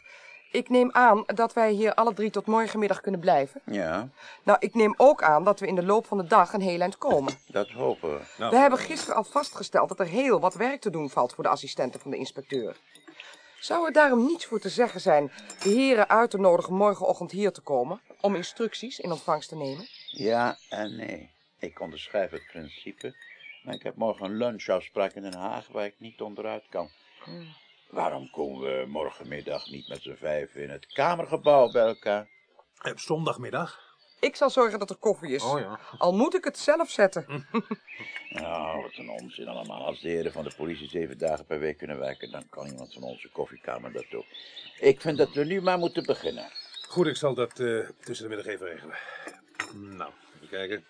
Ik neem aan dat wij hier alle drie tot morgenmiddag kunnen blijven. Ja, Nou, ik neem ook aan dat we in de loop van de dag een heel eind komen. dat hopen we. Nou. We hebben gisteren al vastgesteld dat er heel wat werk te doen valt voor de assistenten van de inspecteur. Zou er daarom niets voor te zeggen zijn de heren uit te nodigen morgenochtend hier te komen om instructies in ontvangst te nemen? Ja en nee. Ik onderschrijf het principe, maar ik heb morgen een lunchafspraak in Den Haag waar ik niet onderuit kan. Waarom komen we morgenmiddag niet met z'n vijf in het Kamergebouw bij elkaar? Op Eh, zondagmiddag? Ik zal zorgen dat er koffie is. Oh ja. Dus Al moet ik het zelf zetten. Nou, wat een onzin allemaal. Als de heren van de politie zeven dagen per week kunnen werken, dan kan iemand van onze koffiekamer dat ook. Ik vind dat we nu maar moeten beginnen. Goed, ik zal dat eh, tussen de middag even regelen. Nou, even kijken.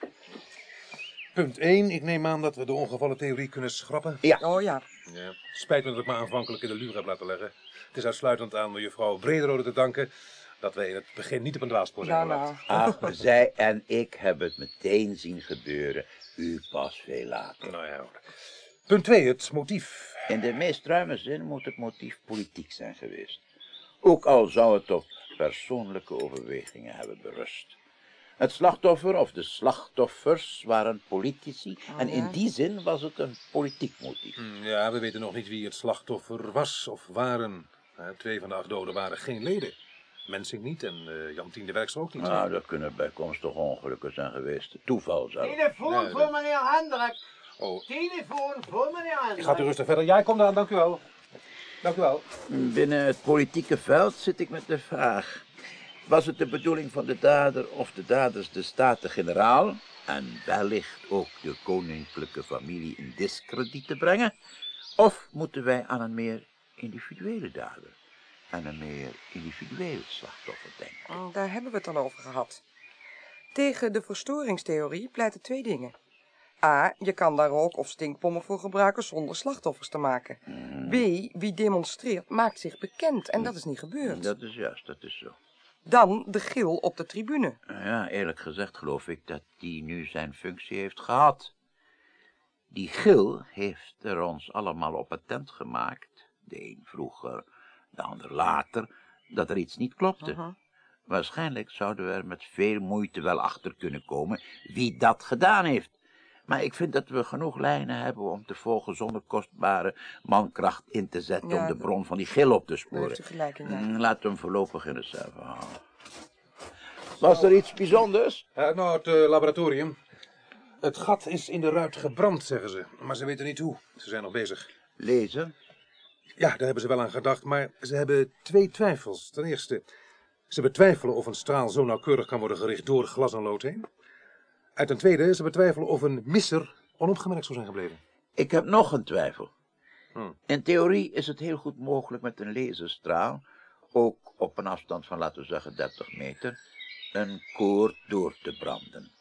Punt 1. Ik neem aan dat we de ongevallentheorie kunnen schrappen. Ja. Oh ja. ja. Spijt me dat ik me aanvankelijk in de luur heb laten leggen. Het is uitsluitend aan mevrouw Brederode te danken dat wij in het begin niet op een dwaalspoor zijn Nou, geraakt. Ach, zij en ik hebben het meteen zien gebeuren. U pas veel later. Nou ja. Punt 2, het motief. In de meest ruime zin moet het motief politiek zijn geweest. Ook al zou het op persoonlijke overwegingen hebben berust. Het slachtoffer of de slachtoffers waren politici en in die zin was het een politiek motief. Hm, Ja, we weten nog niet wie het slachtoffer was of waren. Eh, Twee van de acht doden waren geen leden. Mensing niet en eh, Jantien de Werkster ook niet. Nou, dat kunnen bijkomstig ongelukken zijn geweest. Toeval zelfs. Telefoon Nee, voor meneer Hendrik. Oh. Telefoon voor meneer Hendrik. Ik ga rustig verder. Jij komt eraan, dank u wel. Dank u wel. Binnen het politieke veld zit ik met de vraag. Was het de bedoeling van de dader of de daders de Staten-Generaal... en wellicht ook de koninklijke familie in discrediet te brengen? Of moeten wij aan een meer individuele dader... en een meer individueel slachtoffer denken? Mm, Daar hebben we het dan over gehad. Tegen de verstoringstheorie pleiten twee dingen. A. Je kan daar rook of stinkpommen voor gebruiken zonder slachtoffers te maken. Hmm. B. Wie demonstreert maakt zich bekend en dat is niet gebeurd. Dat is juist, dat is zo. Dan de gil op de tribune. Nou Ja, eerlijk gezegd geloof ik dat die nu zijn functie heeft gehad. Die Gil heeft er ons allemaal op attent gemaakt, de een vroeger, de ander later, dat er iets niet klopte. Waarschijnlijk zouden we er met veel moeite wel achter kunnen komen wie dat gedaan heeft. Maar ik vind dat we genoeg lijnen hebben om te volgen zonder kostbare mankracht in te zetten Ja, om de dat- bron van die Gil op te Daar heeft sporen. u gelijk in. ja. Mm, Laten we hem voorlopig in reserve houden. Was er iets bijzonders? nou, het eh, laboratorium. Het gat is in de ruit gebrand, zeggen ze. Maar ze weten niet hoe. Ze zijn nog bezig. Lezen? Ja, daar hebben ze wel aan gedacht, maar ze hebben twee twijfels. Ten eerste, ze betwijfelen of een straal zo nauwkeurig kan worden gericht door glas en lood heen. En ten tweede, ze betwijfelen of een misser onopgemerkt zou zijn gebleven. Hm. Ik heb nog een twijfel. In theorie is het heel goed mogelijk met een laserstraal, ook op een afstand van laten we zeggen 30 meter, een koord door te branden.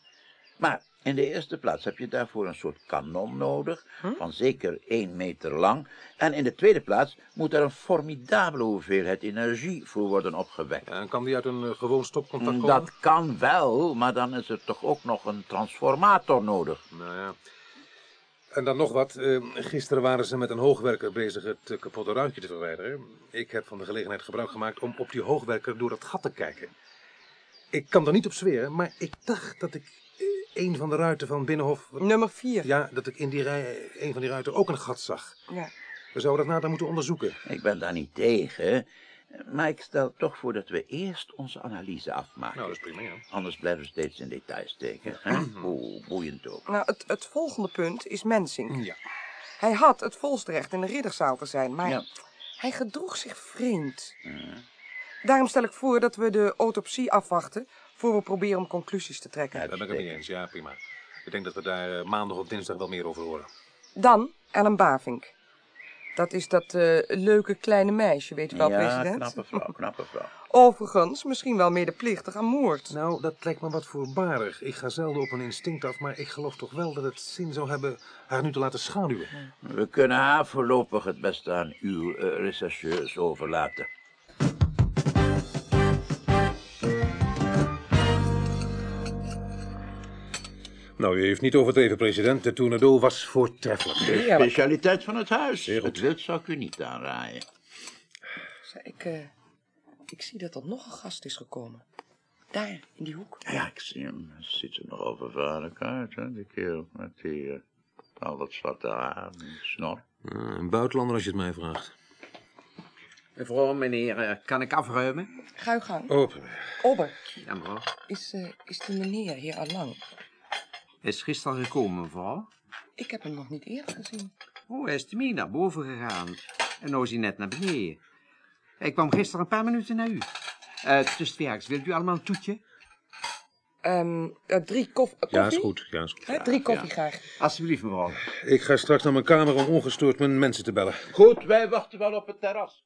Maar in de eerste plaats heb je daarvoor een soort kanon nodig, Hm? van zeker 1 meter lang. En in de tweede plaats moet er een formidabele hoeveelheid energie voor worden opgewekt. En kan die uit een eh, gewoon stopcontact komen? Mm, Dat kan wel, maar dan is er toch ook nog een transformator nodig. Nou ja. En dan nog wat. eh, gisteren waren ze met een hoogwerker bezig het eh, kapotte ruitje te verwijderen. Ik heb van de gelegenheid gebruik gemaakt om op die hoogwerker door dat gat te kijken. Ik kan er niet op zweren, maar ik dacht dat ik eh, een van de ruiten van Binnenhof... Nummer 4. Ja, dat ik in die rij, een van die ruiten ook een gat zag. Ja. We zouden dat nader moeten onderzoeken. Ik ben daar niet tegen, maar ik stel toch voor dat we eerst onze analyse afmaken. Nou, dat is prima, ja. Anders blijven we steeds in details steken. hè? Hoe boeiend ook. Nou, het, het volgende punt is Mensing. Ja. Hij had het volste recht in de ridderzaal te zijn, maar Ja. hij gedroeg zich vreemd. Daarom stel ik voor dat we de autopsie afwachten... voor we proberen om conclusies te trekken. Daar ben ik het mee eens. Ja, prima. Ik denk dat we daar eh, maandag of dinsdag wel meer over horen. Dan Ellen Bavink. Dat is dat eh, leuke kleine meisje, weet u wel, ja, president? knappe vrouw, knappe vrouw. Overigens, misschien wel medeplichtig aan moord. Nou, dat lijkt me wat voorbarig. Ik ga zelden op een instinct af, maar ik geloof toch wel dat het zin zou hebben haar nu te laten schaduwen. We kunnen haar voorlopig het beste aan uw eh, rechercheurs overlaten. Nou, u heeft niet overdreven, president. De tornado was voortreffelijk. De specialiteit van het huis. Het wit zou ik u niet aanraaien. Zeg, Ik, eh, ik zie dat er nog een gast is gekomen. Daar, in die hoek. Ja, ik zie hem. Hij ziet er nogal vervaarlijk uit, hè, die kerel. Met die, eh, al dat zwarte haar en die snor. een buitenlander als je het mij vraagt. Mevrouw, meneer, eh, kan ik afruimen? Ga uw gang. Open. Obber, Ja, mevrouw. is, eh, is die meneer hier al lang? Hij is gisteren gekomen, mevrouw. Ik heb hem nog niet eerder gezien. Oh, hij is mee naar boven gegaan. En nou is hij net naar beneden. Hij kwam gisteren een paar minuten naar u. Eh Tussenwerks, wilt u allemaal een toetje? Ehm, eh, drie kof koffie? Ja, is goed. Ja, is goed. Hè, drie koffie graag. Alsjeblieft, mevrouw. Ik ga straks naar mijn kamer om ongestoord mijn mensen te bellen. Goed, wij wachten wel op het terras.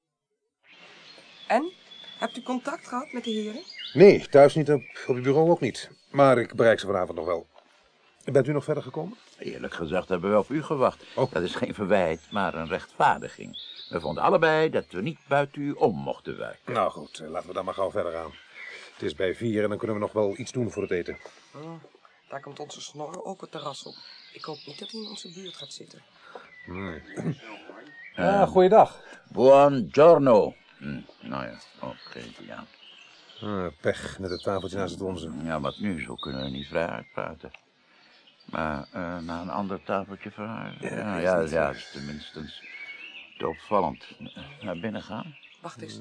En? Hebt u contact gehad met de heren? Nee, thuis niet, op op het bureau ook niet. Maar ik bereik ze vanavond nog wel. Bent u nog verder gekomen? Eerlijk gezegd hebben we op u gewacht. Oh. Dat is geen verwijt, maar een rechtvaardiging. We vonden allebei dat we niet buiten u om mochten werken. Nou goed, eh, laten we dan maar gauw verder gaan. Het is bij vier en dan kunnen we nog wel iets doen voor het eten. Oh, daar komt onze snorren ook het terras op. Ik hoop niet dat hij in onze buurt gaat zitten. Nee. Ah, goeiedag. Buongiorno. Hm, nou ja, oké, ja. Ah, pech, met het tafeltje naast het onze. Ja, wat nu? Zo kunnen we niet vrij uitpraten. Maar eh, naar een ander tafeltje verhuizen. Ja, Ja, is ja, niet ja, erg. is tenminste te opvallend. Naar binnen gaan. Wacht eens.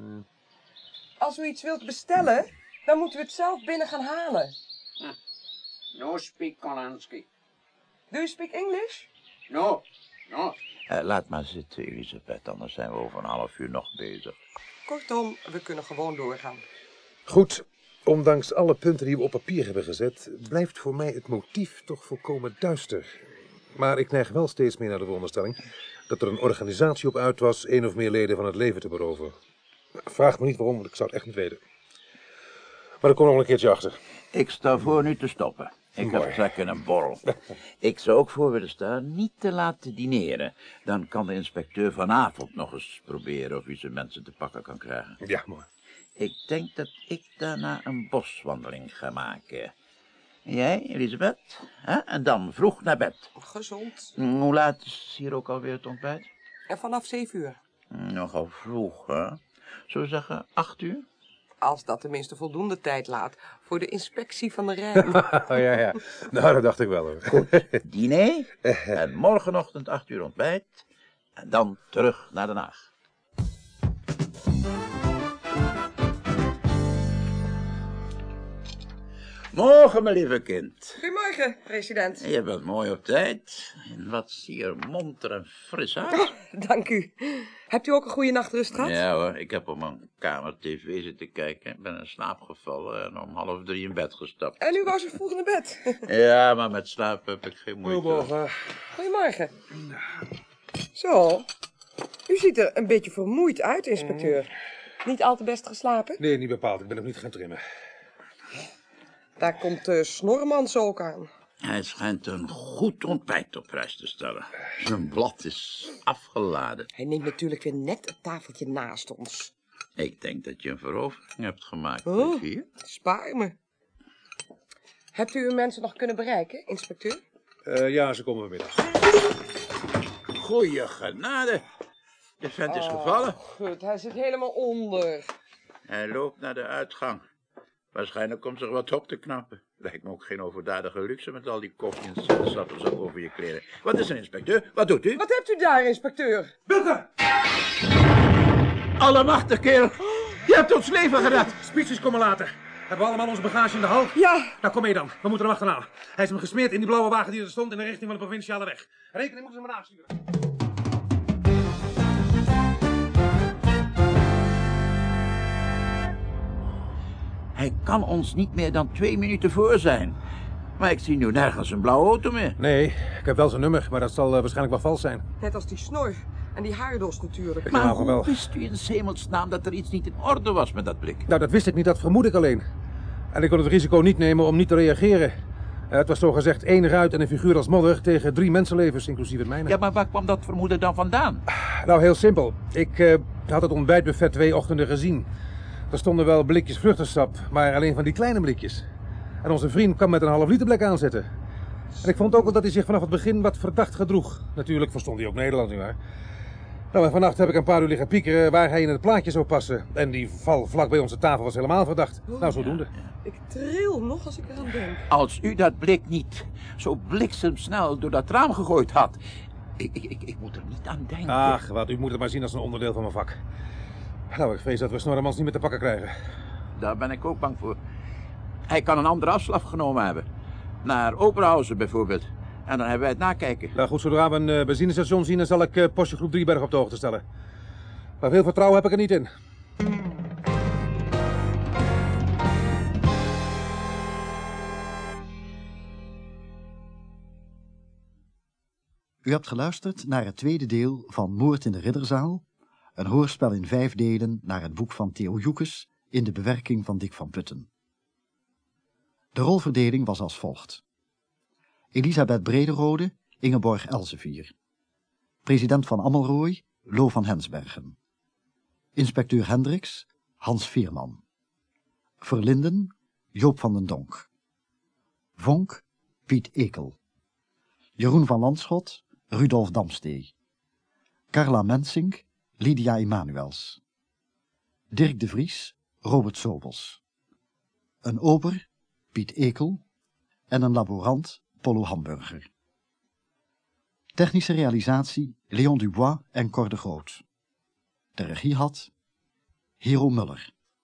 als u iets wilt bestellen, dan moeten we het zelf binnen gaan halen. Hm. No speak Kolanski. Do you speak English? No, no. Eh, laat maar zitten, Elisabeth, anders zijn we over een half uur nog bezig. Kortom, we kunnen gewoon doorgaan. Goed, ondanks alle punten die we op papier hebben gezet, blijft voor mij het motief toch volkomen duister. Maar ik neig wel steeds meer naar de veronderstelling dat er een organisatie op uit was één of meer leden van het leven te beroven. Vraag me niet waarom, want ik zou het echt niet weten. Maar ik kom nog wel een keertje achter. Ik sta voor nu te stoppen. Ik heb Mooi. trek in een borrel. Ik zou ook voor willen staan niet te laten dineren. Dan kan de inspecteur vanavond nog eens proberen of hij zijn mensen te pakken kan krijgen. Ja, mooi. Ik denk dat ik daarna een boswandeling ga maken. En Jij, Elisabeth? Hè? En dan vroeg naar bed. Gezond. Hm, Hoe laat is hier ook alweer het ontbijt? En vanaf zeven uur. Hm, Nogal vroeg, hè? Zullen we zeggen acht uur? Als dat tenminste voldoende tijd laat voor de inspectie van de Rijn. Oh, ja, ja. Nou, dat dacht ik wel hoor. Goed, diner en morgenochtend acht uur ontbijt. En dan terug naar Den Haag. Morgen, mijn lieve kind. Goedemorgen, president. Je bent mooi op tijd. En wat zie je er monter en fris uit. Dank u. Hebt u ook een goede nacht rust gehad? Ja hoor, ik heb op mijn kamer tv zitten kijken. Ik ben in slaap gevallen en om half drie in bed gestapt. En u was zo vroeg naar bed. Ja, maar met slaap heb ik geen moeite. Goedemorgen. Goedemorgen. Nou. Zo, u ziet er een beetje vermoeid uit, inspecteur. Mm. Niet al te best geslapen? Nee, niet bepaald. Ik ben nog niet gaan trimmen. Daar komt de snormans ook aan. Hij schijnt een goed ontbijt op prijs te stellen. Zijn blad is afgeladen. Hij neemt natuurlijk weer net het tafeltje naast ons. Ik denk dat je een verovering hebt gemaakt. Oh, Hier. spaar me. Hebt u uw mensen nog kunnen bereiken, inspecteur? Eh, ja, ze komen vanmiddag. Goeie genade. De vent is Oh, gevallen. Gut, hij zit helemaal onder. Hij loopt naar de uitgang. Waarschijnlijk komt er wat op te knappen. Lijkt me ook geen overdadige luxe met al die koffie en sinaasappels zo over je kleren. Wat is er, inspecteur? Wat doet u? Wat hebt u daar, inspecteur? Bukken! Allemachtig, kerel. Je hebt ons leven gered. Speeches komen later. Hebben we allemaal onze bagage in de hal? Ja. Nou, kom mee dan. We moeten hem achterna. Hij is hem gesmeerd in die blauwe wagen die er stond in de richting van de provinciale weg. Rekening moeten ze maar nasturen. Hij kan ons niet meer dan twee minuten voor zijn. Maar ik zie nu nergens een blauwe auto meer. Nee, ik heb wel zijn nummer, maar dat zal eh, waarschijnlijk wel vals zijn. Net als die snor en die haardos natuurlijk. Maar hoe wist u in hemelsnaam dat er iets niet in orde was met dat blik? Nou, dat wist ik niet, dat vermoed ik alleen. En ik kon het risico niet nemen om niet te reageren. Eh, het was zogezegd één ruit en een figuur als modder tegen drie mensenlevens, inclusief het mijne. Ja, maar waar kwam dat vermoeden dan vandaan? Nou, heel simpel. Ik eh, had het ontbijtbuffet twee ochtenden gezien. Er stonden wel blikjes vruchtensap, maar alleen van die kleine blikjes. En onze vriend kwam met een half liter blik aanzetten. En ik vond ook al dat hij zich vanaf het begin wat verdacht gedroeg. Natuurlijk verstond hij ook Nederlands, nietwaar? Nou, en vannacht heb ik een paar uur liggen piekeren waar hij in het plaatje zou passen. En die val vlak bij onze tafel was helemaal verdacht. Nou, zodoende. Ik tril nog als ik eraan denk. Als u dat blik niet zo bliksemsnel door dat raam gegooid had. Ik, ik, ik, ik moet er niet aan denken. Ach, wat, u moet het maar zien als een onderdeel van mijn vak. Nou, ik vrees dat we Snorremans niet meer te pakken krijgen. Daar ben ik ook bang voor. Hij kan een andere afslag genomen hebben. Naar Oberhausen bijvoorbeeld. En dan hebben wij het nakijken. Nou goed, zodra we een eh, benzinestation zien, dan zal ik eh, postje groep Drieberg op de hoogte stellen. Maar veel vertrouwen heb ik er niet in. U hebt geluisterd naar het tweede deel van Moord in de Ridderzaal, een hoorspel in vijf delen naar het boek van Theo Joekes in de bewerking van Dick van Putten. De rolverdeling was als volgt. Elisabeth Brederode, Ingeborg Elsevier. President van Ammelrooy, Lo van Hensbergen. Inspecteur Hendricks, Hans Vierman. Verlinden, Joop van den Donk. Vonk, Piet Ekel. Jeroen van Landschot, Rudolf Damstee. Carla Mensink, Lydia Emanuels. Dirk de Vries, Robert Sobels. Een ober, Piet Ekel. En een laborant, Polo Hamburger. Technische realisatie, Leon Dubois en Cor de Groot. De regie had, Hero Muller.